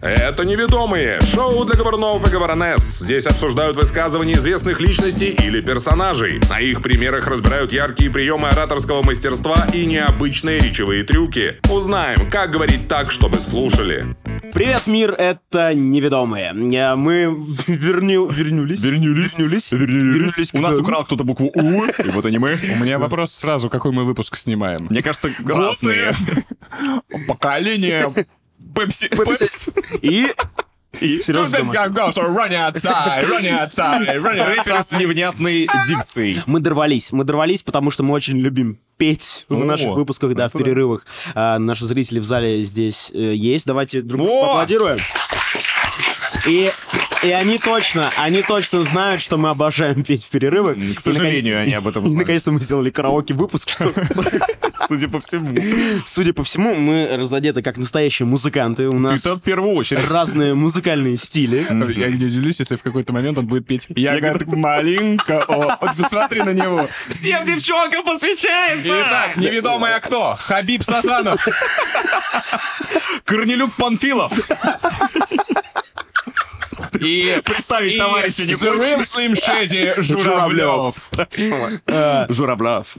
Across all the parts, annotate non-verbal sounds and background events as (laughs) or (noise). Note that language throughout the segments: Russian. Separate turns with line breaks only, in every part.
Это «Неведомые» — шоу для говорнов и говоронесс. Здесь обсуждают высказывания известных личностей или персонажей. На их примерах разбирают яркие приемы ораторского мастерства и необычные речевые трюки. Узнаем, как говорить так, чтобы слушали.
Привет, мир, это «Неведомые». Э, Мы верню... вернулись.
Вернулись. Вернулись.
Вернулись к
У нас
нам.
украл кто-то букву У, и вот они мы.
У меня вопрос сразу, какой мы выпуск снимаем?
Мне кажется, классные.
Поколение.
Пепси. Пепси.
И... Сережа Домашний.
Рэпер с невнятной дикцией.
Мы дорвались. Мы дорвались, потому что мы очень любим петь в
О,
наших выпусках, да, в перерывах. А, наши зрители в зале здесь э, есть. Давайте друг другу
Вот.
поаплодируем. И, и они точно, они точно знают, что мы обожаем петь в перерывах. И,
К сожалению,
наконец-
они об этом
(laughs) И,
знают,
наконец-то мы сделали караоке-выпуск, что,
судя по всему.
судя по всему, мы разодеты как настоящие музыканты. У нас
Ты-то в первую очередь.
разные музыкальные стили.
Я не удивлюсь, если в какой-то момент он будет петь «Я как малинка». о». Вот посмотри на него.
Всем девчонкам посвящается! Итак,
неведомая кто? Хабиб Сазанов.
Корнелюк Панфилов. И представить товарища не хочешь?
Slim Shady
Журавлёв. Э,
Э,
Журавлев.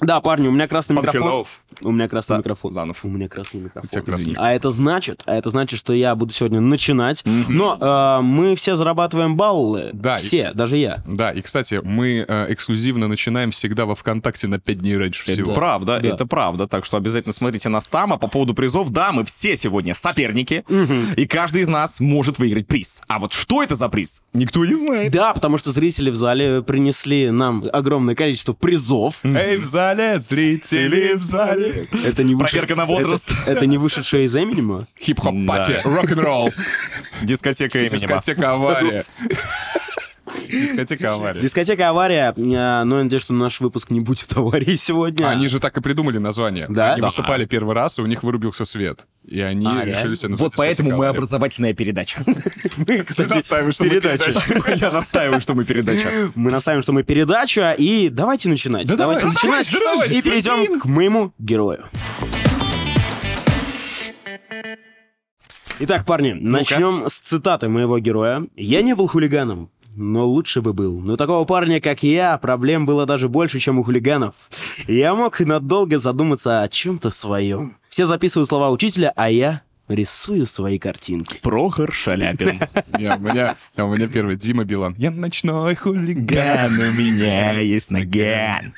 Да, парни, у меня красный микрофон.
Панфилов.
У меня красный микрофон.
Занов.
У меня красный микрофон.
тебя красный.
Извини. А это значит, а это значит, что я буду сегодня начинать. Но э, мы все зарабатываем баллы.
Да, и-
Все, даже я.
Да, и, кстати, мы э, эксклюзивно начинаем всегда во ВКонтакте на 5 дней раньше всего.
Правда,
Да.
это правда. Так что обязательно смотрите нас там. А по поводу призов, да, мы все сегодня соперники. И каждый из нас может выиграть приз. А вот что это за приз? Никто не знает.
Да, потому что зрители в зале принесли нам огромное количество призов.
Эй, в зале, зрители в зале.
Это не выше-
Проверка на возраст.
Это, это не вышедшее из Эминема.
Хип-хоп-пати, рок-н-ролл,
Дискотека Эминема.
дискотека авария. (laughs) Дискотека авария.
Дискотека «Авария». э, но я надеюсь, что наш выпуск не будет аварии сегодня. (laughs)
Они же так и придумали название.
Да?
Они
Да.
выступали первый раз, и у них вырубился свет. И они
А, реально?
решили себя назвать
Вот поэтому
«Дискотека
мы
авария». (laughs)
образовательная передача.
Ты настаиваешь, что мы передача.
(laughs) Я настаиваю, что мы передача.
Мы наставим, что мы передача, и давайте начинать.
Да
давайте
давай,
начинать.
да давай,
и перейдем к моему герою. Итак, парни, начнем с цитаты моего героя. Я не был хулиганом, но лучше бы был. Но у такого парня, как я, проблем было даже больше, чем у хулиганов. Я мог надолго задуматься о чем-то своем. Все записывают слова учителя, а я рисую свои картинки.
Прохор Шаляпин.
(laughs) Не, У меня а у меня первый Дима Билан. Я ночной хулиган.
Ган, у меня есть наган.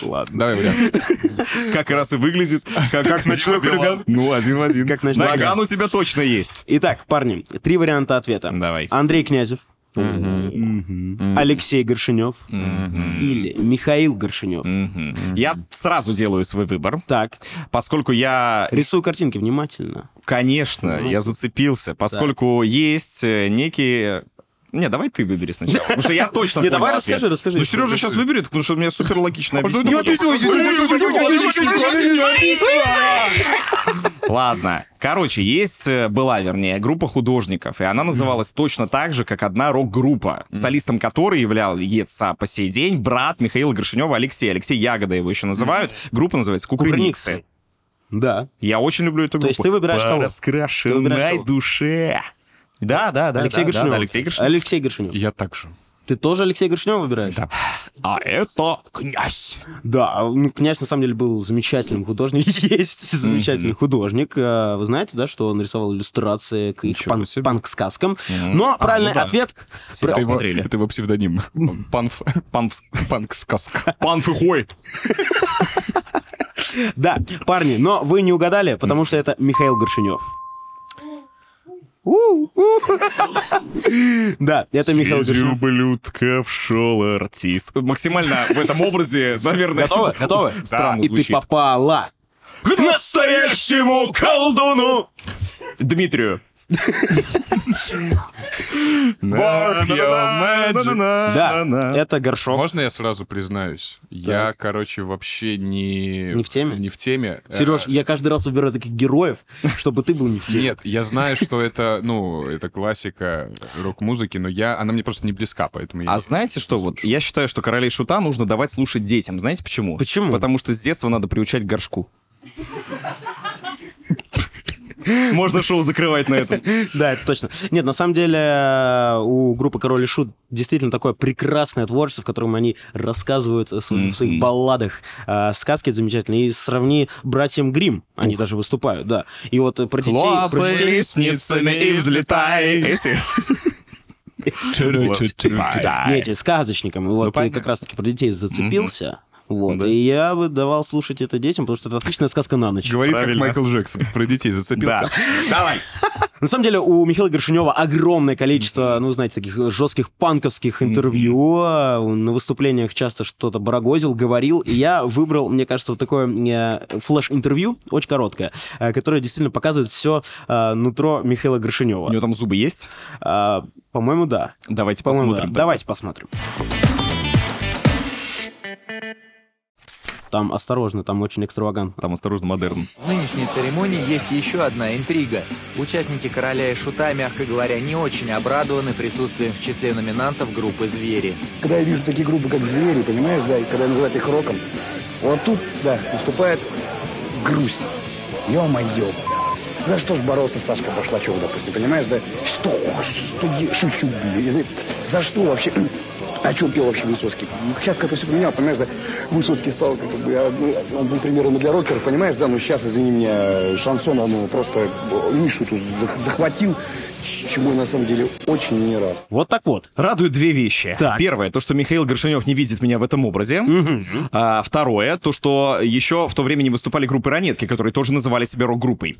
Ладно.
Давай, вариант.
Как раз и выглядит. Как,
(laughs)
как ночной хулиган. Ну, один в один.
Как ночной
Наган
хулиган.
у тебя точно есть.
Итак, парни, три варианта ответа.
Давай.
Андрей Князев. Мгм. Алексей Горшинев. Или Михаил Горшинев.
Я сразу делаю свой выбор,
Так,
поскольку я,
рисую картинки внимательно.
конечно,
Ну,
я зацепился, поскольку есть э, некие... Не, давай ты выбери сначала, потому что я точно
Не,
понял
давай
ответ.
расскажи, расскажи.
Ну, Сережа сейчас выберет, потому что у меня супер
(laughs)
логично объяснение. Ладно. Короче, есть, э, была, вернее, группа художников, и она называлась точно так же, как одна рок-группа, солистом которой является по сей день брат Михаила Горшинева Алексей. Алексей Ягода его еще называют. Группа называется «Кукрыниксы».
Да.
Я очень люблю эту группу.
То есть ты выбираешь
По
кого? Ты выбираешь
раскрашенной
кого?
душе. Да, да, да.
Алексей
да, да,
Горшинев.
да, Алексей Горшинев.
Алексей Горшинев.
Я так же.
Ты тоже Алексей Горшинев выбираешь? Да.
А это князь.
Да, ну, князь на самом деле был замечательным художником. (laughs) Есть замечательный художник. Э, Вы знаете, да, что он рисовал иллюстрации к их
Ничего
пан-
себе.
панк-сказкам. Но правильный
А, ну да.
ответ...
Все
Ты его-
посмотрели.
Это его псевдоним. Панф...
Панф-
Панк-сказка.
Панфыхой.
Да, парни, но вы не угадали, потому что это Михаил Горшинев. Да, это Михаил Горшинев.
ублюдка вшел артист. Максимально в этом образе, наверное, (laughs)
Готовы? Готовы?
Странно
И ты
звучит.
попала.
К настоящему колдуну! Дмитрию.
Work your magic.
Да, это Горшок.
Можно я сразу признаюсь? Я, короче, вообще не...
Не в теме?
Не в теме.
Сереж,
Э,
я каждый раз выбираю таких героев, чтобы ты был не в теме.
Нет, я знаю, что это, ну, это классика рок-музыки, но я, она мне просто не близка, поэтому я...
А знаете что, вот я считаю, что королей шута нужно давать слушать детям. Знаете почему?
Почему?
Потому что с детства надо приучать к горшку. Можно шоу закрывать на этом.
Да, это точно. Нет, на самом деле э, у группы Король и Шут действительно такое прекрасное творчество, в котором они рассказывают о сво- в своих балладах э, сказки замечательные. И сравни братьям Грим, они даже выступают, да. И вот э, про детей... про детей-
лестницами и взлетай. Эти.
Не, эти, э, сказочникам. И Вот ты
понятно.
как раз-таки про детей зацепился. Вот. И я бы давал слушать это детям, потому что это отличная сказка на ночь.
Говорит, как
Правильно.
Майкл Джексон. Про детей зацепился.
Да. Давай.
На самом деле у Михаила Горшинева огромное количество, ну, знаете, таких жестких панковских интервью. А, Он на выступлениях часто что-то барагозил, говорил. И я выбрал, мне кажется, вот такое э, флеш-интервью, очень короткое, э, которое действительно показывает все нутро Михаила
У
Горшинева.
него там зубы есть?
А, По-моему, да.
Давайте
По-моему,
посмотрим.
да. Давайте посмотрим. Там осторожно, там очень экстравагантно.
Там осторожно, модерн.
В нынешней церемонии есть еще одна интрига. Участники «Короля и Шута», мягко говоря, не очень обрадованы присутствием в числе номинантов группы «Звери».
Когда я вижу такие группы, как «Звери», понимаешь, да, и когда называют их роком, вот тут, да, наступает грусть. Ё-моё. За что ж боролся Сашка Башлачев, допустим, понимаешь, да? Что, что де- шучу, блин, из- за что вообще, о чем пел вообще Высоцкий? Ну, Сейчас как-то все поменял, понимаешь, да? Высоцкий стал, как бы, а, ну, он был примером и для рокеров, понимаешь, да? Ну, сейчас, извини меня, шансон, он ну, просто нишу тут зах- захватил, чему я на самом деле очень не рад.
Вот так вот.
Радуют две вещи.
Так.
Э, Первое, то, что Михаил Горшинев не видит меня в этом образе. А, второе, то, что еще в то время не выступали группы «Ранетки», которые тоже называли себя рок-группой.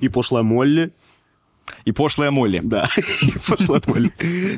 И пошлая Молли.
И «Пошлая Молли».
(laughs) Да, пошла твоя.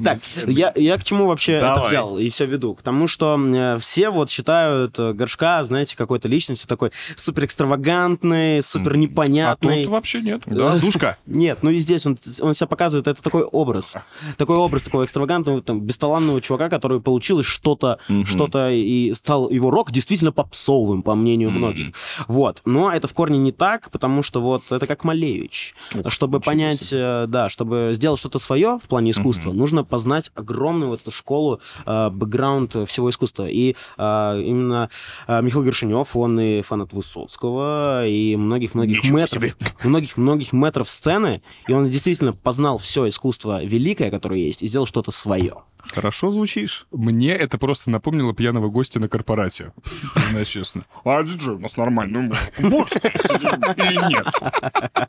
Так, я, я к чему вообще это
Давай.
взял и все веду? К тому, что э, все вот считают э, Горшка, знаете, какой-то личностью такой супер экстравагантный, супер
А
непонятный.
тут вообще нет. (laughs)
Да, душка.
Нет, ну и здесь он, он себя показывает, это такой образ. Такой образ такого экстравагантного, там, бесталанного чувака, который получилось что-то, что-то, и стал его рок действительно попсовым, по мнению многих. Вот. Но это в корне не так, потому что вот это как Малевич. чтобы понять, э, да, чтобы сделать что-то свое в плане искусства, нужно познать огромную вот эту школу, э, бэкграунд всего искусства. И э, именно э, Михаил Горшинев, он и фанат Высоцкого, и многих-многих метров многих-многих метров сцены, и он действительно познал все искусство великое, которое есть, и сделал что-то свое.
Хорошо звучишь.
Мне это просто напомнило пьяного гостя на корпорате. Признаюсь честно. А диджей у нас нормальный. Бокс или нет?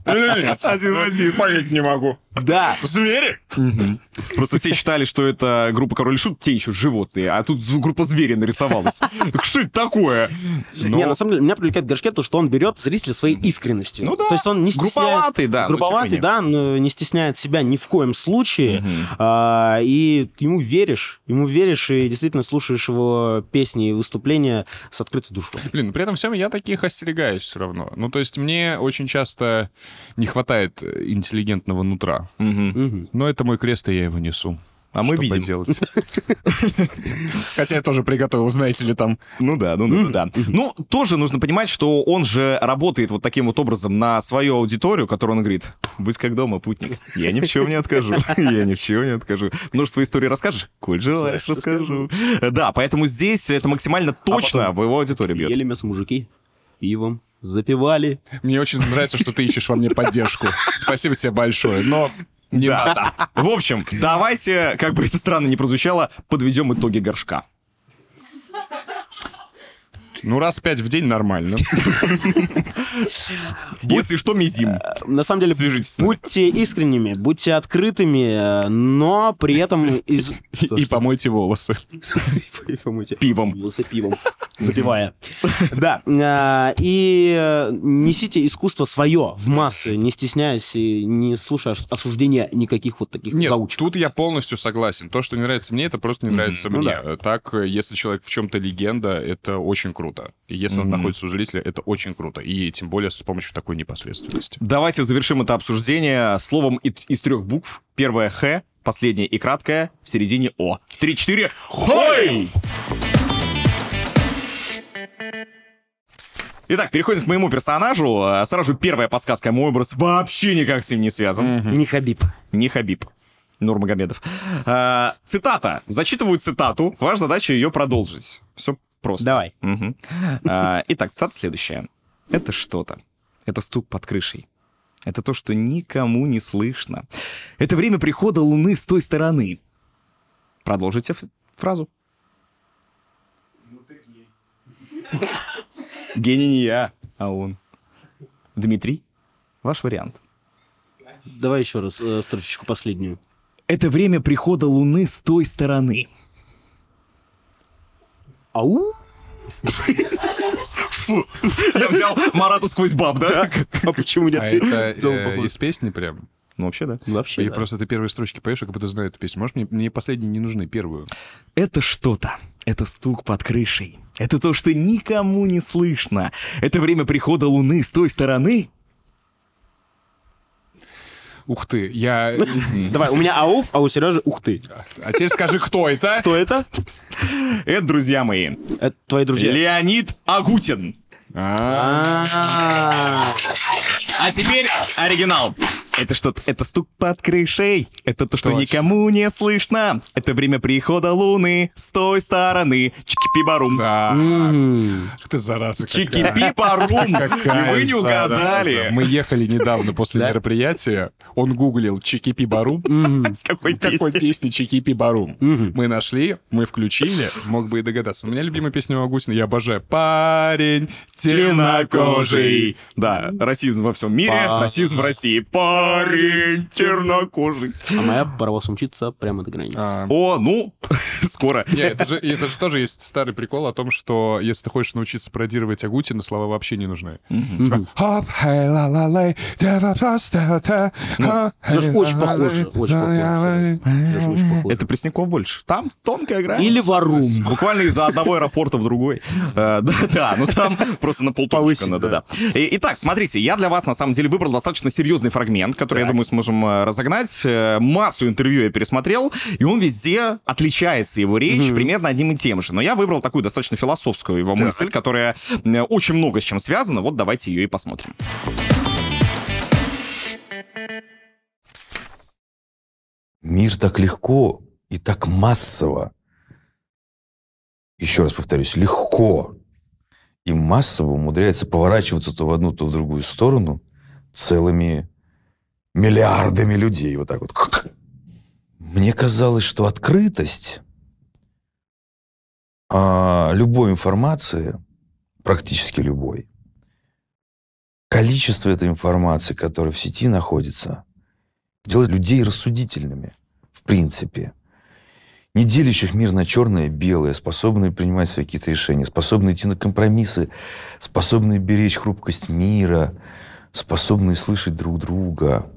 Или нет? Один в один. Понять не могу.
Да,
Звери?
Просто все считали, что это группа «Король и Шут», те еще животные, а тут зв- группа «Звери» нарисовалась. Так что это такое?
не, на самом деле, меня привлекает Гашке то, что он берет зрителя своей искренностью.
Ну да,
То есть он не стесняет...
грубоватый, да, но тем не
Грубоватый,
менее.
да, но не стесняет себя ни в коем случае. А, и ему веришь, ему веришь и действительно слушаешь его песни и выступления с открытой душой.
Блин, но при этом всем я таких остерегаюсь все равно. Ну, то есть мне очень часто не хватает э, интеллигентного нутра.
Мгм.
Но это мой крест, и я его несу.
А мы
Что
видим.
поделать? Хотя я тоже приготовил, знаете ли, там.
Ну да, ну да, ну да. Ну, тоже нужно понимать, что он же работает вот таким вот образом на свою аудиторию, которую он говорит, будь как дома, путник. Я ни в чем не откажу. (laughs) Я ни в чем не откажу. Ну, Множество историй расскажешь? Коль желаешь, расскажу. Да, поэтому здесь это максимально точно в его аудиторию бьет.
Ели мясо мужики, пивом, запивали.
Мне очень нравится, что ты ищешь во мне поддержку. Спасибо тебе большое. Но не надо.
В общем, давайте, как бы это странно ни прозвучало, подведем итоги горшка.
Ну, раз пять в день нормально.
Если что, мизим.
На самом деле,
Свяжитесь с нами.
будьте искренними, будьте открытыми, э, но при
(laughs)
этом... из- Что,
И помойте волосы.
Вы помните?
Пивом.
Волосы пивом. (laughs) Запивая. Да. а, И э, несите искусство свое в массы, не стесняясь и не слушая ос- осуждения никаких вот таких
Нет,
заучек.
тут я полностью согласен. То, что не нравится мне, это просто не нравится
Ну
мне.
да.
Так, э, если человек в чем-то легенда, это очень круто. И если он находится у зрителя, это очень круто. И тем более с помощью такой непосредственности.
Давайте завершим это обсуждение словом и- из трех букв. Первое Х, последнее и краткое, в середине О. Три-четыре. Хой! Итак, переходим к моему персонажу. А, Сразу же первая подсказка. Мой образ вообще никак с ним не связан.
Не Хабиб.
Не Хабиб. Нурмагомедов. А, цитата. Зачитываю цитату. Ваша задача ее продолжить. Все просто.
Давай.
Мгм. А, Итак, цитата следующая. Это что-то. Это стук под крышей. Это то, что никому не слышно. Это время прихода Луны с той стороны. Продолжите ф- фразу. Гений не я, а он. Дмитрий, ваш вариант.
Давай еще раз э, строчечку последнюю.
Это время прихода Луны с той стороны.
Ау!
Я взял Марата сквозь баб, да?
(laughs) А почему нет? (laughs)
А
(laughs)
это
В целом
э,
похоже.
из песни прям?
Ну, вообще, да.
Вообще,
И (laughs)
да.
просто ты первые строчки поешь, я как будто знаю эту песню. Может, мне, мне последние не нужны, первую.
Это что-то. Это стук под крышей. Это то, что никому не слышно. Это время прихода Луны с той стороны.
Ух ты, я...
Давай, у меня ауф, а у Сережи ух ты.
А теперь скажи, кто это?
Кто это?
Это, друзья мои,
Это твои друзья.
Леонид Агутин.
(laughs) А,
А,
А теперь оригинал. Это что? Это стук под крышей. Это то, что
Точно.
никому не слышно. Это время прихода Луны с той стороны. Чики-пи-барум.
да. Ах ты, зараза какая.
Чики-пи-барум. И
Какая
вы не
зараза.
угадали.
Мы ехали недавно после мероприятия. Он гуглил Чики-пи барум.
С какой
Какой
песни?
песни Чики-пи барум? Мы нашли, мы включили. Мог бы и догадаться. У меня любимая песня у Агустина. Я обожаю. Парень темнокожий.
Да, расизм во всем мире,
Па-
расизм в России. Парень чернокожий.
а моя паровоз мчится прямо до границы.
А,
О, ну, (laughs) скоро.
Не, это же, это же тоже есть старый прикол о том, что если ты хочешь научиться пародировать Агутина, слова вообще не нужны. Типа «Хоп, хей, ла, ла, лей, дева, просто, та, а,
Слушай,
хей,
очень
ла, ла,
похоже,
лей,
очень
ла, ла,
похоже,
лей».
Серёж, очень похоже.
Это Пресняков больше. Там тонкая грань.
Или варум.
Буквально из-за одного аэропорта в другой. Э, Да, да, ну там просто на полточка надо, да. И- Итак, смотрите, я для вас на самом деле выбрал достаточно серьезный фрагмент, который, я думаю, сможем э, разогнать. Э, Массу интервью я пересмотрел, и он везде отличается, его речь, примерно одним и тем же. Но я выбрал такую достаточно философскую его мысль, которая э, очень много с чем связана. Вот давайте ее и посмотрим.
Мир так легко и так массово. Еще раз повторюсь, легко и массово умудряется поворачиваться то в одну, то в другую сторону целыми миллиардами людей. Вот так вот. Мне казалось, что открытость а, любой информации, практически любой, количество этой информации, которая в сети находится – делать людей рассудительными, в принципе. Не делящих мир на черное и белое, способные принимать свои какие-то решения, способные идти на компромиссы, способные беречь хрупкость мира, способные слышать друг друга.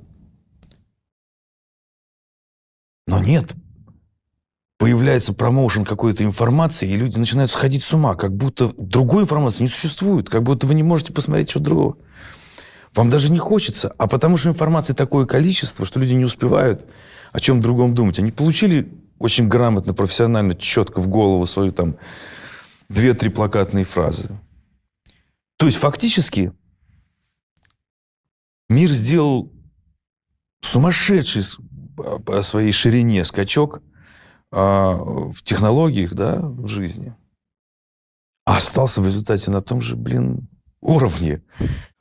Но нет. Появляется промоушен какой-то информации, и люди начинают сходить с ума, как будто другой информации не существует, как будто вы не можете посмотреть что-то другого. Вам даже не хочется, а потому что информации такое количество, что люди не успевают о чем другом думать. Они получили очень грамотно, профессионально, четко в голову свою там две-три плакатные фразы. То есть фактически мир сделал сумасшедший с- по- по своей ширине скачок а, в технологиях, да, в жизни. А остался в результате на том же, блин, уровне.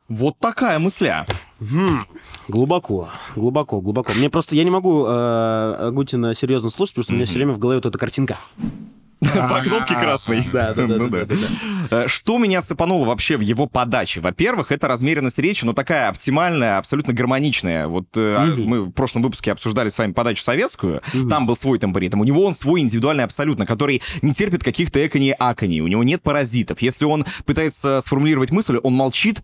Вот такая мысля.
Мгм. Глубоко, глубоко, глубоко. Мне просто, я не могу э, Агутина серьезно слушать, потому что у меня все время в голове вот эта картинка.
По кнопке красной.
Да, да, да,
Ну
да, да,
Э, Что меня цепануло вообще в его подаче? Во-первых, это размеренность речи, но такая оптимальная, абсолютно гармоничная. Вот э, а, мы в прошлом выпуске обсуждали с вами подачу советскую, там был свой темпоритм, у него он свой индивидуальный абсолютно, который не терпит каких-то эконий и аконий, у него нет паразитов. Если он пытается сформулировать мысль, он молчит,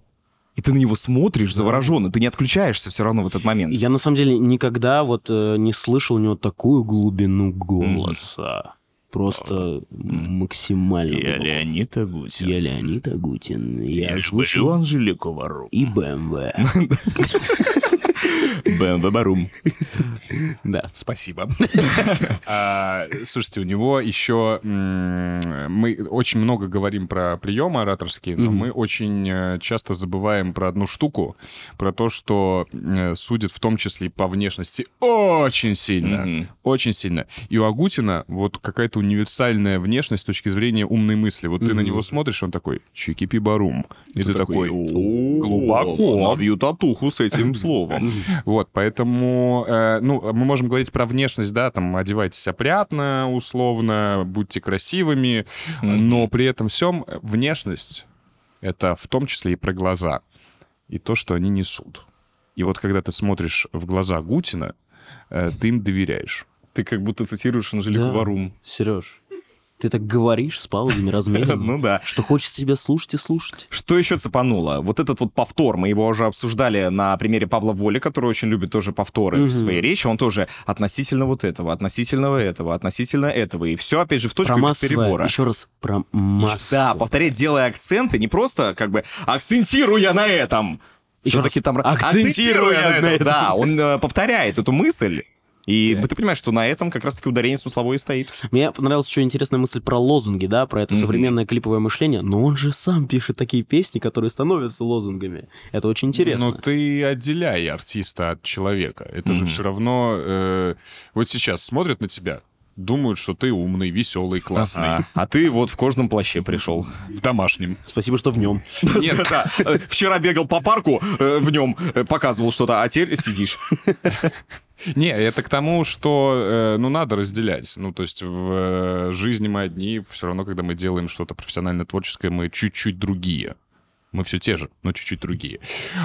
и ты на него смотришь завороженно, ты не отключаешься все равно в этот момент.
Я на самом деле никогда вот э, не слышал у него такую глубину голоса. Просто максимально. глубоко.
Леонид Агутин.
Я Леонид Агутин. Я, слушаю
Анжелику Вару.
и БМВ.
БМВ Барум.
(laughs) Да.
Спасибо. А, Слушайте, у него еще... м, Мы очень много говорим про приемы ораторские, но мы очень э, часто забываем про одну штуку, про то, что э, судят в том числе и по внешности очень сильно.
Мгм.
Очень сильно. И у Агутина вот какая-то универсальная внешность с точки зрения умной мысли. Вот ты на него смотришь, он такой, чики барум И ты такой,
«О,
глубоко.
Набью татуху с (laughs) этим словом.
Вот, поэтому, э, ну, мы можем говорить про внешность, да, там, одевайтесь опрятно, условно, будьте красивыми, но при этом всем внешность — это в том числе и про глаза, и то, что они несут. И вот когда ты смотришь в глаза Гутина, э, ты им доверяешь.
Ты как будто цитируешь Анжелику Варум.
Сереж, ты так говоришь с паузами (laughs) размеренно.
Ну да.
Что хочется тебя слушать и слушать.
Что еще цепануло? Вот этот вот повтор, мы его уже обсуждали на примере Павла Воли, который очень любит тоже повторы в своей речи, он тоже относительно вот этого, относительно этого, относительно этого, и все, опять же, в точку
Про
и без
массовое,
перебора.
еще раз, про массу.
Да, повторять, делая акценты, не просто как бы акцентируя на этом.
Еще
Все-таки
раз.
там
Акцентируя на этом.
Да, он э, повторяет эту мысль. И ты понимаешь, что на этом как раз-таки ударение смысловое и стоит.
Мне понравилась еще интересная мысль про лозунги, да, про это современное клиповое мышление. Но он же сам пишет такие песни, которые становятся лозунгами. Это очень интересно.
Но «Ну, ты отделяй артиста от человека. Это же все равно... э, вот сейчас смотрят на тебя, думают, что ты умный, веселый, классный,
А, а ты вот в кожном плаще пришел.
в домашнем.
Спасибо, что в нем.
Нет, (laughs) да. Э, Вчера бегал по парку э, в нем, э, показывал что-то, а теперь сидишь.
Не, это к тому, что, э, ну, надо разделять. Ну, то есть в э, жизни мы одни, все равно, когда мы делаем что-то профессионально творческое, мы чуть-чуть другие. Мы все те же, но чуть-чуть другие.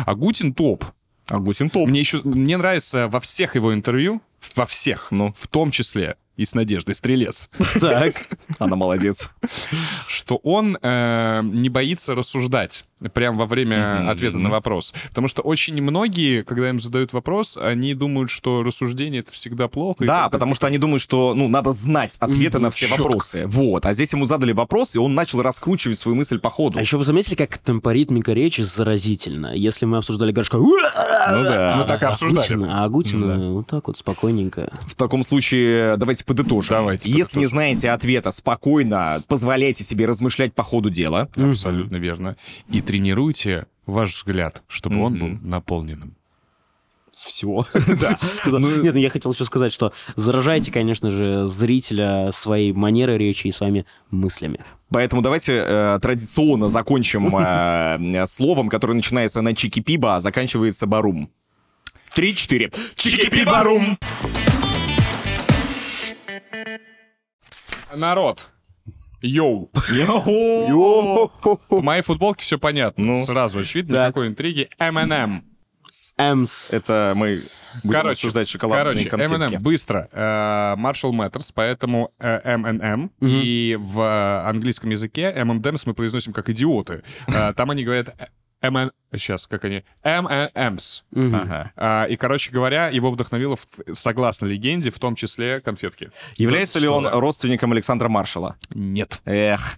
А Гутин топ.
А Гусин топ.
Мне еще, мне нравится во всех его интервью, во всех,
Ну.
в том числе и с Надеждой Стрелец,
Так.
(laughs) Она
(laughs)
молодец.
что он э, не боится рассуждать прямо во время ответа на вопрос. Потому что очень многие, когда им задают вопрос, они думают, что рассуждение это всегда плохо. и
Да,
как-то
потому что они думают, что, ну, надо знать ответы на все
чётко.
вопросы. Вот. А здесь ему задали вопрос, и он начал раскручивать свою мысль по ходу.
А еще вы заметили, как темпоритмика речи заразительна? Если мы обсуждали Горшка... Ну
да.
Мы так и обсуждали.
А Агутина вот так вот
(laughs)
спокойненько.
В таком случае давайте подытожим.
Давайте
Если
подытожим.
не знаете ответа, спокойно позволяйте себе размышлять по ходу дела.
Абсолютно верно. И тренируйте ваш взгляд, чтобы он был наполненным.
Все. (laughs) Нет, ну я хотел еще сказать, что заражайте, конечно же, зрителя своей манерой речи и своими мыслями.
Поэтому давайте э, традиционно закончим э, словом, которое начинается на чики-пиба, а заканчивается барум. Три-четыре. Чики-пиба-рум!
Народ! Йоу! В моей футболке все понятно.
Ну.
Сразу очевидно, никакой интриги. M&M.
Эмс.
Э,
Это мы будем
Короче,
обсуждать шоколадные
короче,
конфетки.
M&M, быстро. Маршал Мэттерс, поэтому э, M&M. И в э, английском языке M&M's мы произносим как идиоты. Э, Там они говорят M&M... Сейчас, как они? M&M's. А, И, короче говоря, его вдохновило, в- согласно легенде, в том числе конфетки.
Является ли он родственником Александра Маршала?
Нет.
Эх.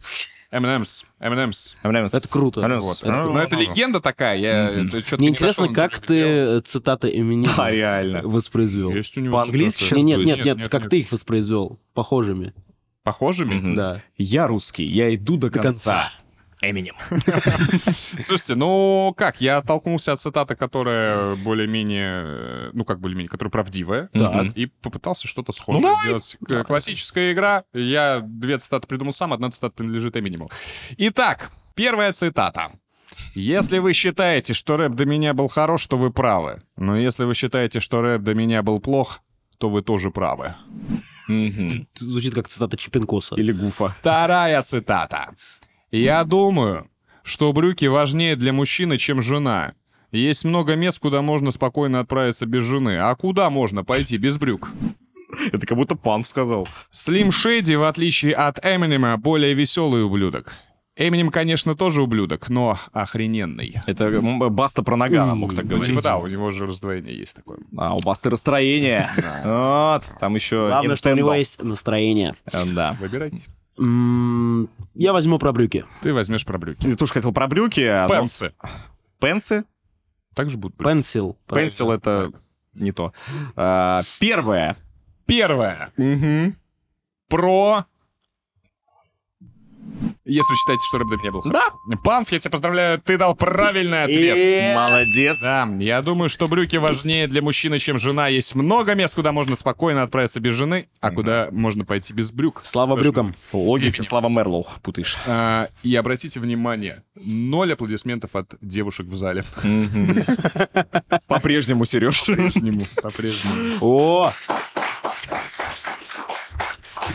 M&M's. M&M's.
Это круто.
Вот.
Вот.
Ну,
Но это легенда такая. Я, это чё-то
Мне
не
интересно,
нашёл,
как ты
анализировал.
э, цитаты
(laughs)
имени
А, реально.
воспроизвел.
Есть у него
По-английски
цитаты?
щас
Не, нет, нет,
Нет,
нет,
нет,
как
нет.
ты их воспроизвел? Похожими.
Похожими?
Да.
Я русский, я иду до
конца.
конца. Эминем.
Слушайте, ну как, я оттолкнулся от цитаты, которая более-менее, э, ну как более-менее, которая правдивая,
Так.
и попытался что-то схожее сделать. К- Классическая игра, я две цитаты придумал сам, одна цитата принадлежит Эминему. Итак, первая цитата. Если вы считаете, что рэп до меня был хорош, то вы правы. Но если вы считаете, что рэп до меня был плох, то вы тоже правы.
Мгм.
Звучит как цитата Чепенкоса.
Или гуфа.
Вторая цитата. «Я думаю, что брюки важнее для мужчины, чем жена. Есть много мест, куда можно спокойно отправиться без жены. А куда можно пойти без брюк?»
Это как будто панк сказал.
Слим Шейди, в отличие от Эминема, более веселый ублюдок. Эминем, конечно, тоже ублюдок, но охрененный.
Это м, Баста про Нагана мог так
Ну,
говорить.
типа, да, у него же раздвоение есть такое.
А, у
(laughs)
Басты расстроение. Вот. Там еще
Главное, что у
Nintendo.
него есть настроение.
Э, Да.
Выбирайте.
М, Я возьму про брюки.
Ты возьмешь про брюки.
Ты тоже хотел про брюки. а, ну,
Пенсы.
Пенсы?
Также будут блин.
Пенсил.
Пенсил это не то. А, Первое.
Первое. Про... Если считаете, что рэп не был Да. Банф, я тебя поздравляю, ты дал правильный ответ.
Молодец.
Да, я думаю, что брюки важнее для мужчины, чем жена. Есть много мест, куда можно спокойно отправиться без жены, а куда можно пойти без брюк.
Слава
Спрашиваю.
брюкам.
Логика Слава Мерлоу путаешь.
А, и обратите внимание, ноль аплодисментов от девушек в зале.
По-прежнему, (laughs) Сереж.
Нему По-прежнему.
О,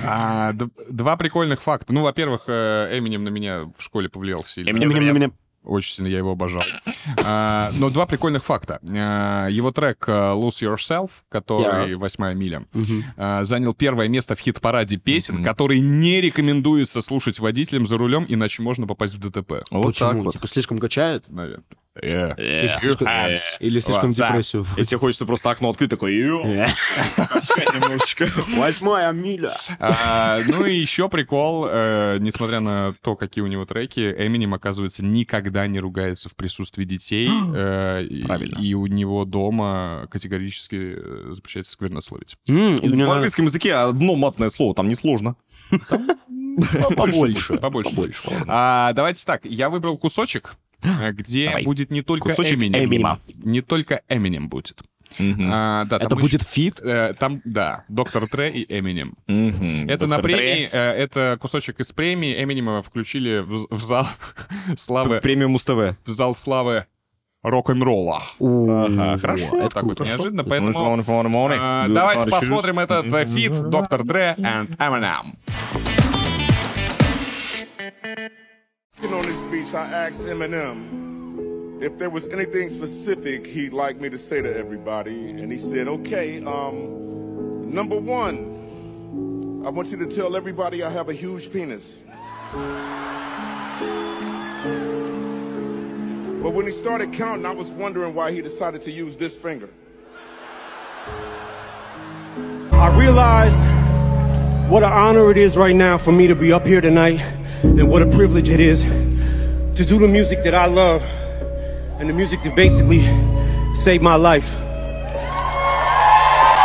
А, д- Два прикольных факта. Ну, во-первых, э, Эминем на меня в школе повлиял сильно.
Эминем.
Мне-мне-мне.
Очень сильно я его обожал. А, но два прикольных факта. А, его трек э, Lose Yourself, который «Восьмая миля», а, занял первое место в хит-параде песен, которые не рекомендуется слушать водителям за рулем, иначе можно попасть в ДТП.
Вот так
Почему?
вот.
Типа слишком качает?
Наверное. Э.
Или слишком- Или слишком
Вот, да.
депрессию?
И тебе хочется просто окно открыть, такой... «Ё».
Восьмая миля.
А, ну и еще прикол, э, несмотря на то, какие у него треки, Эминем, оказывается, никогда не ругается в присутствии детей. э, и-
Правильно.
И у него дома категорически э, запрещается сквернословить.
(laughs) М, и мне
В
нравится.
английском языке одно матное слово, там несложно.
Побольше. Побольше. А, давайте так, я выбрал
(gasps)
кусочек, э, где
Давай.
будет не только
Кусочек
Эминем.
Эминема.
Не только Эминем будет.
Мгм.
А, да,
Это
там
будет
еще-
фит?
э, Там, да, Доктор Тре и Эминем.
Мгм.
Это на
Доктор Дре.
премии, э, это кусочек из премии. Эминема включили в, в зал (laughs) славы,
В премию Муз-ТВ.
в зал славы рок-н-ролла.
Ага,
Ага, хорошо. а,
Вот так вот неожиданно, поэтому... э,
Давайте
Давайте посмотрим этот э, фит Доктор Дре и Eminem. (laughs)
On his speech, I asked Eminem if there was anything specific he'd like me to say to everybody, and he said, "Okay, um, number one, I want you to tell everybody I have a huge penis." But when he started counting, I was wondering why he decided to use this finger.
I realize what an honor it is right now for me to be up here tonight and what a privilege it is to do the music that I love and the music that basically saved my life.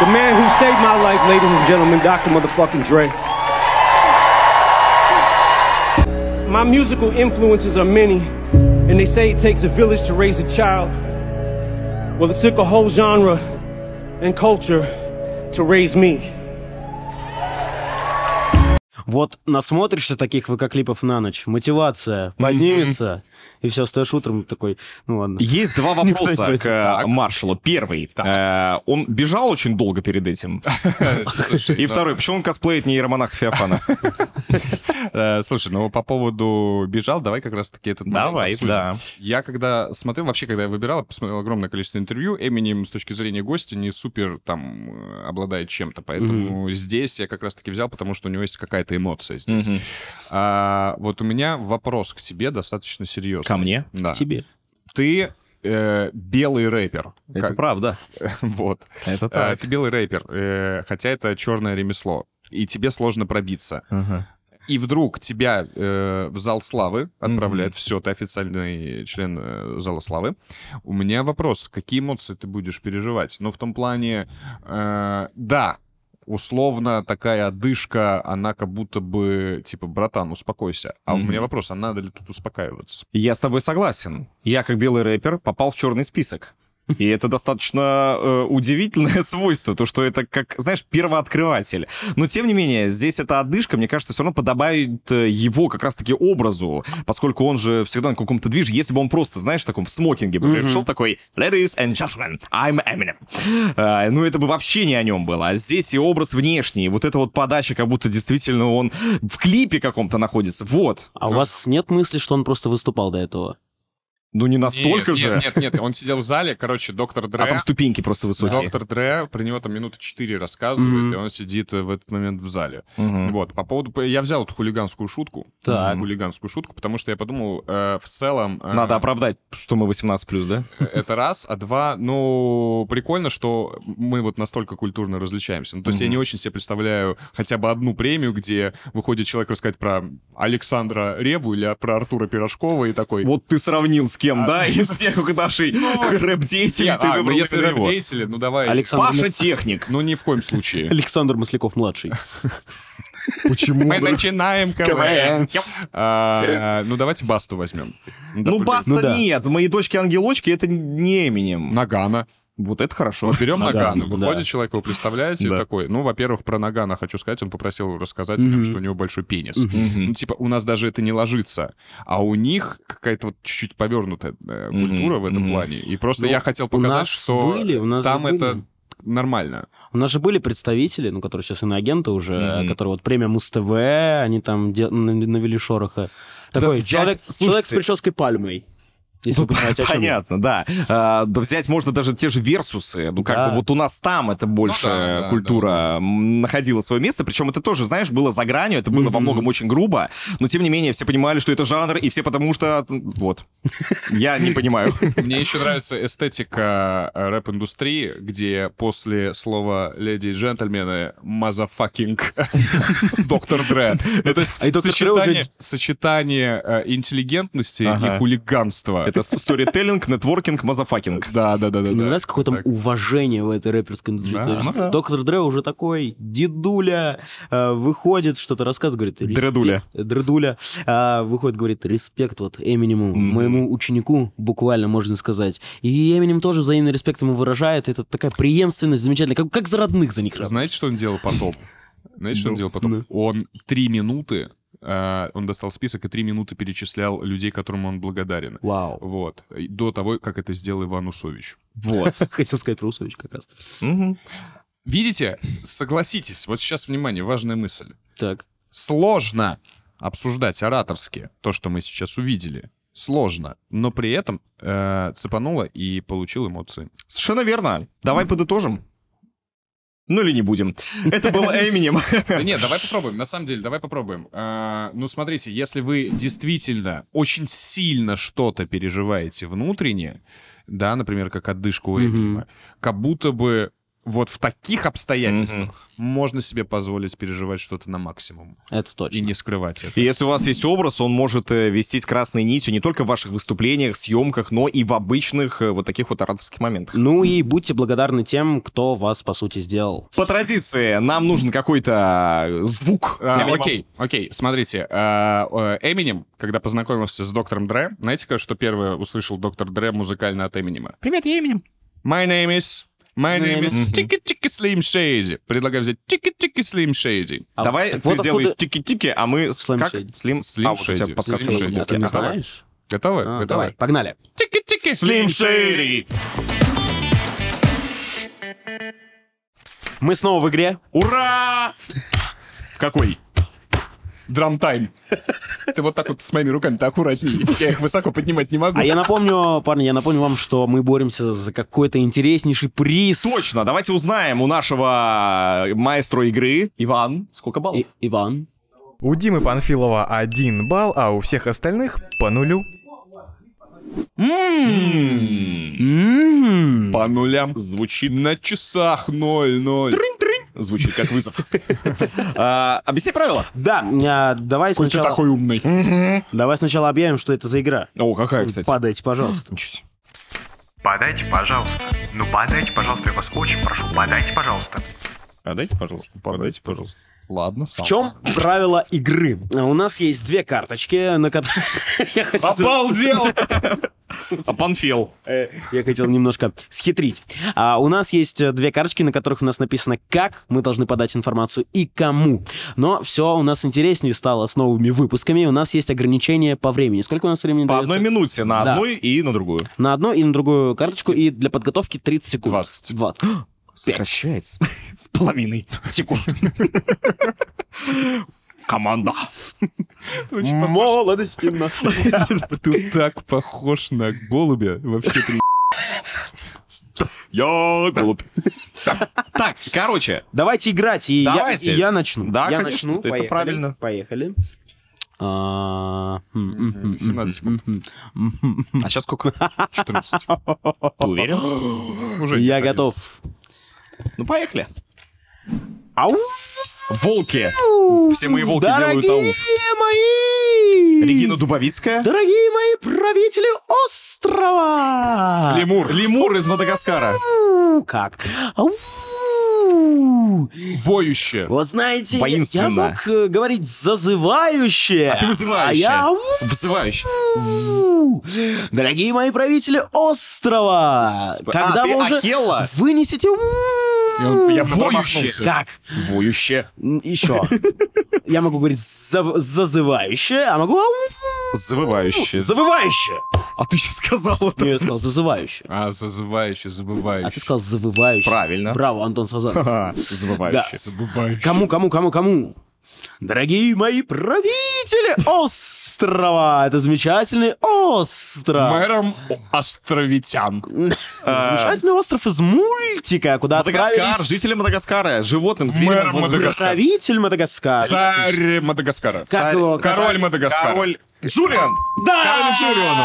The man who saved my life, ladies and gentlemen, Dr. Motherfucking Dre. My musical influences are many, and they say it takes a village to raise a child. Well, it took a whole genre and culture to raise me.
Вот насмотришься таких ВК-клипов на ночь, мотивация поднимется, и все, стоишь утром такой, ну ладно.
Есть (laughs) два
Не пытаюсь
вопроса
понять.
к э, маршалу. Первый. э, Он бежал очень долго перед (laughs) этим. И
ну,
второй. Почему он косплеит не Романаха (laughs) Феофана?
Э, Слушай, ну по поводу бежал, давай как раз-таки этот момент
Давай,
обсудим.
да.
Я когда смотрел, вообще, когда я выбирал, посмотрел огромное количество интервью, Эминем с точки зрения гостя не супер там э, обладает чем-то, поэтому здесь я как раз-таки взял, потому что у него есть какая-то эмоция здесь. А, вот у меня вопрос к тебе достаточно серьезный.
Ко мне?
Да.
Тебе.
Ты э, белый рэпер.
Это (laughs)
Как-
правда.
вот.
Это
А,
так.
ты белый рэпер, э, хотя это черное ремесло. И тебе сложно пробиться. И вдруг тебя э, в зал славы отправляют. Все, ты официальный член э, зала славы. У меня вопрос: какие эмоции ты будешь переживать? Ну, в том плане, э, да. Условно такая одышка, она как будто бы, типа, братан, успокойся. А у меня вопрос, а надо ли тут успокаиваться?
Я с тобой согласен. Я, как белый рэпер, попал в черный список. И это достаточно э, удивительное (laughs) свойство, то, что это как, знаешь, первооткрыватель. Но, тем не менее, здесь эта одышка, мне кажется, все равно подобает э, его как раз-таки образу, поскольку он же всегда на каком-то движе. Если бы он просто, знаешь, в таком в смокинге бы пришел такой «Ladies and gentlemen, I'm Eminem». Э, ну, это бы вообще не о нем было. А здесь и образ внешний, и вот эта вот подача, как будто действительно он в клипе каком-то находится. Вот.
А у вас нет мысли, что он просто выступал до этого?
Ну, не настолько
нет,
же.
Нет, нет, нет, он сидел в зале, короче, доктор Дре.
А там ступеньки просто высокие.
Доктор Дре про него там минуты 4 рассказывает, и он сидит э, в этот момент в зале. Вот, по поводу... Я взял эту хулиганскую шутку.
Так.
Хулиганскую шутку, потому что я подумал, э, в целом... э,
Надо оправдать, что мы 18 плюс, да?
это раз, а два, ну, прикольно, что мы вот настолько культурно различаемся. Ну, то есть я не очень себе представляю хотя бы одну премию, где выходит человек рассказать про Александра Реву или про Артура Пирожкова и такой...
Вот ты сравнил с кем, да, из всех угадавший рэп-деятелей,
А. Ну, Нет,
ты
а, ну,
выбрал
если
именно его.
рэп-деятели, ну давай.
Александр,
Паша
Мас-
Техник.
Ну ни в коем случае.
Александр Масляков младший.
Почему? Мы начинаем
КВН.
А, Ну давайте Басту возьмем.
Ну,
Ну
баста
да.
нет, мои дочки-ангелочки, это не Эминем.
Нагана.
Вот это хорошо.
Вот берем Нагана.
Ну да.
Выходит человек, вы представляете, и
Да.
такой. Ну, во-первых, про Нагана хочу сказать. Он попросил рассказать, людям, что у него большой пенис. Ну, типа, у нас даже это не ложится. А у них какая-то вот чуть-чуть повернутая э, культура в этом плане. И просто
Ну,
я хотел
у
показать,
нас
что
были, у нас же
там
были.
это нормально.
У нас же были представители, ну, которые сейчас иноагенты уже, которые вот премия Муз-ТВ, они там де- нав- навели шороха. Такой
взять-
человек,
слушайте.
человек с прической пальмой. Если
Ну,
вы понимаете, о чем я.
Понятно, да. А, да взять можно даже те же версусы. Ну, как
Да.
бы вот у нас там это больше
Ну да, да,
культура м, находила свое место. Причем это тоже, знаешь, было за гранью, это было во многом очень грубо. Но, тем не менее, все понимали, что это жанр, и все потому что... Вот. Я не понимаю.
Мне еще нравится эстетика э, рэп-индустрии, где после слова «леди и джентльмены» «мазафакинг» доктор Дре. Ну, то есть
(laughs) А и Dr. Dre
сочетание-
уже-
сочетание э, интеллигентности и
Ага.
хулиганства.
Это сторителлинг, нетворкинг, мазафакинг.
Да, да, да, Ну да.
Мне
да.
нравится какое-то
Так.
уважение в этой рэперской индустрии.
Да,
То есть
ну да.
Доктор Дре уже такой дедуля, э, выходит, что-то рассказывает, говорит... «Респект».
Дредуля.
Дредуля. а, выходит, говорит, респект вот Эминему, моему ученику, буквально можно сказать. И Эминем тоже взаимный респект ему выражает. Это такая преемственность замечательная, как, как за родных за них. рад.
Знаете, что он делал потом? Знаете,
Ну,
что он делал потом? Он три минуты, э, он достал список и три минуты перечислял людей, которым он благодарен. (laughs)
Вау.
Вот. И До того, как это сделал Иван Усович.
Вот.
Хотел сказать про Усович как раз.
Мгм.
(laughs) Видите? Согласитесь. Вот сейчас, внимание, важная мысль.
Так.
Сложно обсуждать ораторски то, что мы сейчас увидели. Сложно. Но при этом э, цепануло и получил эмоции.
Совершенно верно. Давай подытожим. Ну или не будем. Это было Эминем.
Да нет, давай попробуем. На самом деле, давай попробуем. А, ну, смотрите, если вы действительно очень сильно что-то переживаете внутренне, да, например, как отдышку у Эминема, как будто бы вот в таких обстоятельствах можно себе позволить переживать что-то на максимум
Это
и
точно.
не скрывать это.
И если у вас есть образ, он может э, вестись красной нитью не только в ваших выступлениях, съемках, но и в обычных э, вот таких вот ораторских моментах.
Ну и будьте благодарны тем, кто вас, по сути, сделал.
По традиции, нам нужен какой-то э, звук.
А,
Эминема.
окей, окей, смотрите, а, э, Эминем, когда познакомился с доктором Дре, знаете, как- что первое услышал доктор Дре музыкально от Эминема? Привет, я Эминем. My name is... My name is Тики-Тики Slim Shady. Предлагаю взять Тики-Тики Slim Shady.
А,
Давай
так
ты
вот
сделай
откуда-
тики-тики, а мы...
Слим
как?
Шейди.
Слим...
Слим
а, вот у тебя
Шейди.
подсказка
Слим
в
Шейди.
А
руке.
ты не
Давай.
знаешь?
Готовы?
А,
Готовы?
давай, погнали.
Тики-Тики
Slim Shady.
Мы снова в игре.
Ура! В какой?
Драм-тайм. (laughs) Ты вот так вот с моими руками-то аккуратнее. Я их высоко поднимать не могу.
А я напомню, парни, я напомню вам, что мы боремся за какой-то интереснейший приз.
Точно, давайте узнаем у нашего маэстро игры, Иван, сколько баллов?
И- Иван.
У Димы Панфилова один балл, а у всех остальных по нулю.
По нулям звучит
На часах 0-0.
Звучит как вызов. А, Объясни правила.
Да, а, давай
Какой ты
сначала...
(laughs) такой умный.
Давай сначала объявим, что это за игра.
О, какая, кстати.
Падайте, пожалуйста.
Подайте, пожалуйста. Ну подайте, пожалуйста, я вас очень прошу, подайте, пожалуйста.
Подайте, пожалуйста. Подайте, пожалуйста.
Ладно,
В
сам.
чем правила игры? А, У нас есть две карточки, на которые... (laughs) Я хочу сказать-
Обалдел! Опанфел.
Э, Я хотел немножко схитрить. А, у нас есть э, две карточки, на которых у нас написано, как мы должны подать информацию и кому. Но все у нас интереснее стало с новыми выпусками. У нас есть ограничения по времени. Сколько у нас времени
По
дается?
одной минуте на
Да.
одной и на другую.
На одну и на другую карточку, и для подготовки 30 секунд.
20.
20.
Сокращается. С половиной секунд. Команда.
Молодости нашей.
Ты так похож на голубя. Вообще ты
(laughs) Я голубь. Так, короче,
(gasps) Давайте играть, и,
Давайте.
Я, и я начну.
Да,
я
конечно,
начну.
это
Поехали.
правильно.
Поехали. А, м, м, м,
17 секунд.
а сейчас сколько?
14.
Ты
(gasps)
уверен?
Уже
Я
11.
готов.
Ну, поехали.
Ау!
Волки. Все мои волки делают ау.
Дорогие
Регина Дубовицкая.
Дорогие мои правители острова!
Лемур. Лемур из Мадагаскара.
Ау, Как? Ау.
Воюще.
Вот знаете, я- я
Воинственно.
мог э, говорить зазывающе.
А ты вызывающая.
А я ау.
Взывающая.
Дорогие мои правители острова, когда
А, ты
вы уже
Акелла?
вынесете...
Я бы
Воюще.
промахнулся.
Как?
Воюще.
М, Еще. Я могу говорить зав- зазывающе, а могу ау,
Завывающе.
Ну,
завывающе.
А ты сейчас сказал это.
Не, я сказал зазывающе.
А, зазывающе, забывающе.
А ты сказал завывающе.
Правильно.
Браво, Антон Сазар.
Ха, Завывающе.
Забывающе.
Кому, кому, кому, кому? Дорогие мои правители острова! Это замечательный остров!
Мэром островитян.
Замечательный остров из мультика, куда
а. Мадагаскар,
отправились
жители Мадагаскара, животным,
Мэр
зверям из Мадагаскара.
правитель Мадагаскара.
Царь Мадагаскара.
Как
Царь-
его?
Король Мадагаскара.
Король Джулиан!
Да!
Король Джулиану.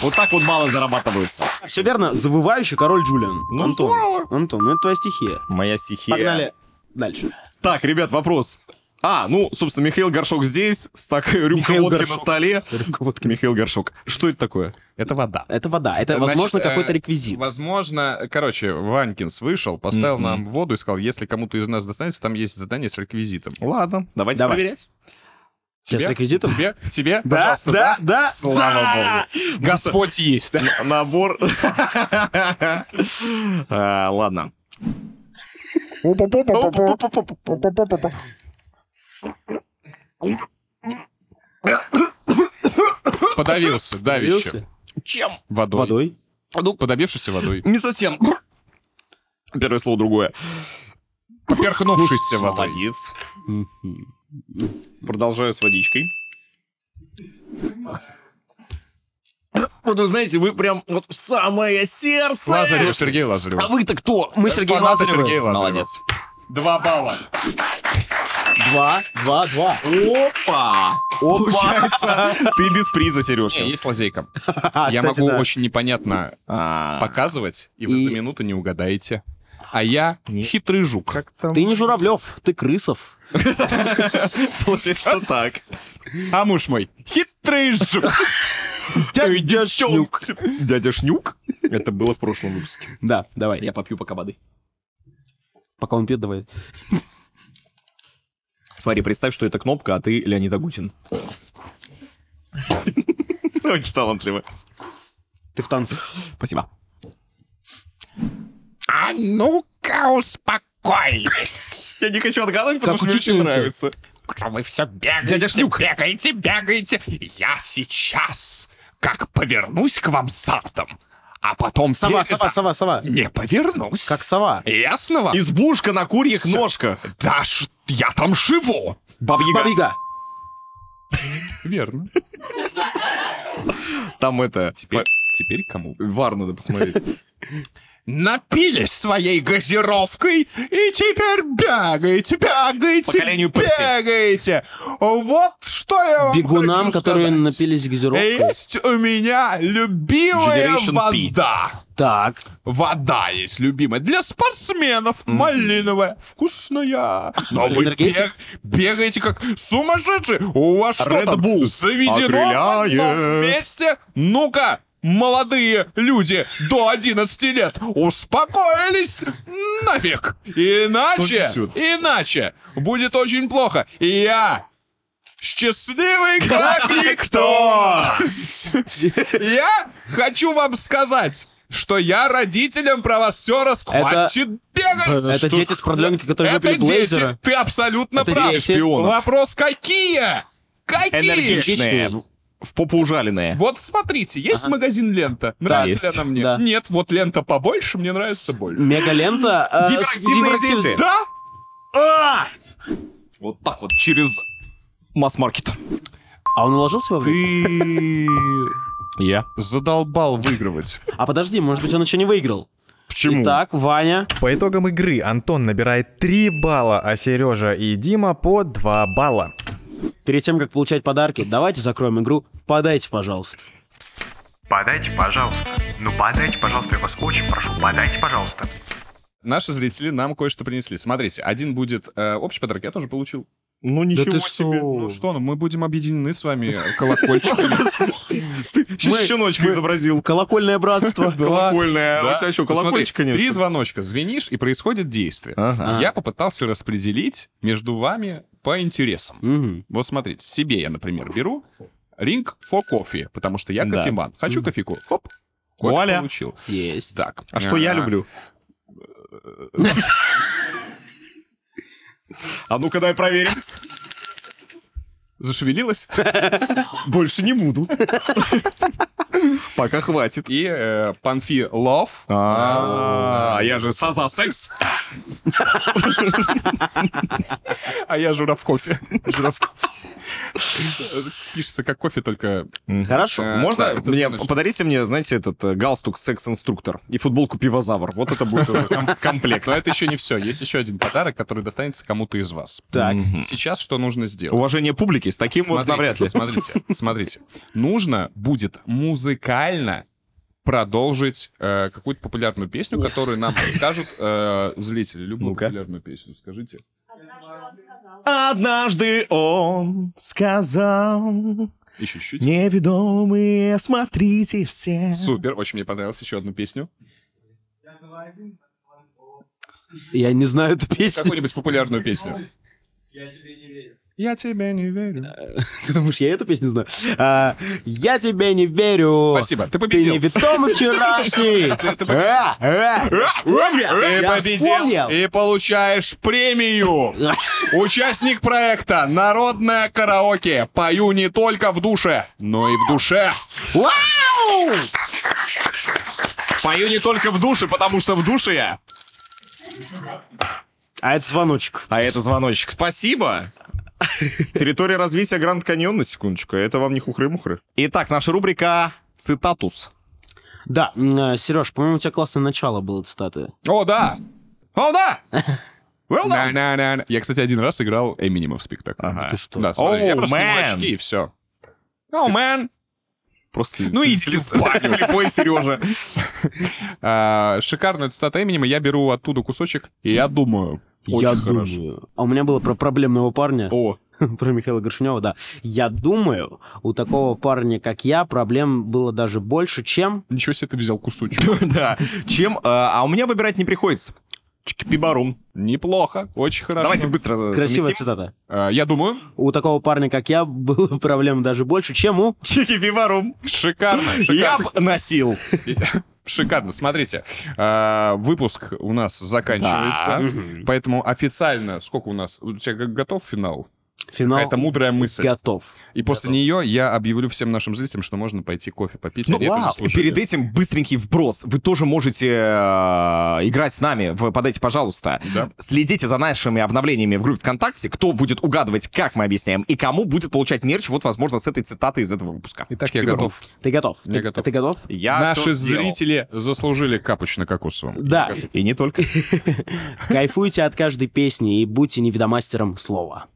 Вот так вот мало зарабатываются.
Все верно, завывающий король Джулиан.
Ну,
Антон,
здорово.
Антон, ну это твоя стихия.
Моя стихия.
Погнали дальше.
Так, ребят, вопрос. А, ну, собственно, Михаил Горшок здесь, (laughs) стак, рюмка
Михаил
водки на
Горшок.
столе.
Руководка.
Михаил Горшок. Что это такое?
Это вода.
Это вода, это, возможно,
Значит, э,
какой-то реквизит.
Возможно, короче, Ванькинс вышел, поставил нам воду и сказал, если кому-то из нас достанется, там есть задание с реквизитом.
Ладно, давайте
Давай.
проверять.
Тебе с реквизитом?
Тебе? Тебе?
Да,
Пожалуйста,
да, да,
Слава
да. Ну
богу. Господь есть.
Н- Набор.
(laughs)
А, Ладно.
Подавился, давище.
Поделился?
Чем?
Водой.
Водой.
Подавившийся водой.
Не совсем. Первое слово другое.
Поперхнувшийся водой.
Молодец. Продолжаю с водичкой. Вот вы знаете, вы прям вот в самое сердце.
Лазарев, Сергей Лазарев.
А вы-то кто? Мы Сергей
Фанаты
Лазарев.
Сергея Лазарева.
Молодец.
Два балла.
Два, два, два.
Опа! Получается, ты без приза, Сережка.
Есть лазейка.
А,
Я
кстати,
могу
да.
очень непонятно показывать, и вы
И-
за минуту не угадаете. А я хитрый жук.
Ты не Журавлев, ты Крысов.
Получается, что так.
А муж мой, хитрый жук.
Дядя Шнюк.
Дядя Шнюк? Это было в прошлом выпуске.
Да, давай.
Я попью пока воды.
Пока он пьет, давай.
Смотри, представь, что это кнопка, а ты Леонид Агутин. Очень талантливо.
Ты в танце.
Спасибо.
А ну-ка успокойтесь.
Я не хочу отгадывать,
Как
потому что мне очень
учительница.
нравится.
Что вы все бегаете,
Дядя Шнюк.
бегаете, бегаете. Я сейчас как повернусь к вам задом, а потом...
Сова,
перед-
сова, сова, сова.
Не повернусь.
Как сова.
Ясно вам?
Избушка на курьих
Всё.
ножках.
Да ж я там живу.
Бабьяга.
Бабига.
Верно.
Там это... Теперь...
Теперь кому?
Вар надо посмотреть.
Напились своей газировкой и теперь бегаете, бегаете,
Поколению Пепси.
бегаете. Вот что я вам
Бегунам,
хочу
которые
сказать.
напились газировкой.
Есть у меня любимая
Generation P.
вода.
Так.
Вода есть любимая. Для спортсменов малиновая, вкусная. Но вы
Энергетик?
бег- бегаете как сумасшедшие. У вас что
Red
там
Bull
заведено в одном
окрыляет.
месте? Ну-ка, молодые люди до 11 лет, успокоились нафиг. Иначе,
Что несет?
иначе будет очень плохо. И я счастливый как никто. Я хочу вам сказать, что я родителям про вас все раз хватит бегать.
Это
Что-
дети с продленки, которые
Это
выпили
дети.
блейзера.
Ты абсолютно
Это
прав.
дети шпионов.
Вопрос какие? Какие?
Энергичные. В попу ужаленные.
Вот смотрите, есть магазин лента? Нравится ли
есть.
она мне?
Да.
Нет, вот лента побольше, мне нравится больше.
Мегалента. э, с
Гиперактивные
гиперактив-
дети.
Да? А!
Вот так вот через масс-маркет.
А он уложил себя в рейд?
Ты
Я.
задолбал выигрывать.
А подожди, может быть, он еще не выиграл.
Почему?
Итак, Ваня.
По итогам игры Антон набирает 3 балла, а Сережа и Дима по 2 балла.
Перед тем, как получать подарки, давайте закроем игру. Подайте, пожалуйста.
Подайте, пожалуйста. Ну подайте, пожалуйста, его скотч. Прошу, подайте, пожалуйста.
Наши зрители нам кое-что принесли. Смотрите, один будет э, общий подарок, я тоже получил.
Ну ничего
ты
себе.
Ну что, ну мы будем объединены с вами
(laughs)
колокольчиками.
Сейчас щеночка изобразил.
Колокольное братство.
Колокольное. У тебя что, колокольчика
Посмотри,
нет?
Три
что ли?
звоночка, звенишь, и происходит действие.
Ага.
Я попытался распределить между вами по интересам.
Мгм.
Вот смотрите, себе я, например, беру ринг for кофе, потому что я
Да.
кофеман. Хочу кофейку. Хоп, кофе
Вуаля.
получил.
Есть.
Так.
А что я
А,
люблю? А ну-ка дай проверим. Зашевелилась? Больше не буду. Пока хватит.
И э, Панфи Лов.
А я же саза секс.
А я журавков кофе. Пишется как кофе, только...
Хорошо.
Э, да,
Можно
это
мне
значит-
подарите мне, знаете, этот э, галстук секс-инструктор и футболку пивозавр. Вот это будет уже ком- комплект.
Но это еще не все. Есть еще один подарок, который достанется кому-то из вас.
Так.
Сейчас что нужно сделать?
Уважение публики с таким Хм. вот
Смотрите,
навряд ли.
Смотрите, смотрите. Нужно будет музыкально продолжить э, какую-то популярную песню, которую нам скажут э, зрители. Любую
Ну-ка.
популярную песню скажите.
Однажды он сказал,
Еще чуть-чуть.
неведомые, смотрите все.
Супер, очень мне понравилась еще одну песню.
Я не знаю эту песню.
Какую-нибудь популярную песню. Я тебе не верю. Я тебе не верю.
Ты думаешь, я эту песню знаю? А, я тебе не верю.
Спасибо, ты
Ты
победил.
не витом
(laughs)
вчерашний. Э, э, вспомнил,
Ты
я
победил
вспомнил.
и получаешь премию. Участник проекта «Народное караоке». Пою не только в душе, но и в душе.
Вау!
Пою не только в душе, потому что в душе я.
А это звоночек.
А это звоночек. Спасибо. Территория развития Гранд Каньон, на секундочку. Это вам не хухры-мухры. Итак, наша рубрика «Цитатус».
Да, Сереж, по-моему, у тебя классное начало было цитаты.
О, да! (laughs)
О, да! Well done!
На-на-на-на. Я, кстати, один раз играл Эминема в спектакле.
Ага.
Ты что?
А, Да, смотри, я
Oh,
просто снимаю
man.
очки и все. О, мэн!
Просто ну, идите спать, слепой Сережа.
А, Шикарная цитата Эминема. Я беру оттуда кусочек, и я думаю.
Я
Очень хорошо.
думаю. А у меня было про проблемного парня.
О,
(laughs) Про Михаила Горшинева, да. Я думаю, у такого парня, как я, проблем было даже больше, чем...
ничего себе ты взял кусочек.
(laughs) Да. Чем? э, А у меня выбирать не приходится. Чики-пибарум.
Неплохо, очень хорошо.
Давайте быстро
Красивая
совместим.
цитата.
Э, Я думаю,
У такого парня, как я, (laughs) было проблем даже больше, чем у...
Чики-пибарум.
шикарно,
Я
шикарно.
б носил.
Шикарно, смотрите, э, выпуск у нас
Да.
заканчивается, поэтому официально, сколько у нас, у тебя г- готов финал?
Ну,
Финал
Какая-то мудрая мысль.
готов.
И после нее я объявлю всем нашим зрителям, что можно пойти кофе попить.
Ну,
они это
вау.
заслужили.
Перед этим быстренький вброс. Вы тоже можете э, играть с нами. Вы подайте, пожалуйста.
Да.
Следите за нашими обновлениями в группе ВКонтакте. Кто будет угадывать, как мы объясняем, и кому будет получать мерч, вот, возможно, с этой цитаты из этого выпуска.
Итак, я готов.
Ты готов?
Я
ты,
готов.
Ты готов?
Я
Наши
всё сделал.
зрители заслужили капуч на кокосовом.
Да.
И не только.
Кайфуйте от каждой песни и будьте неведомастером слова.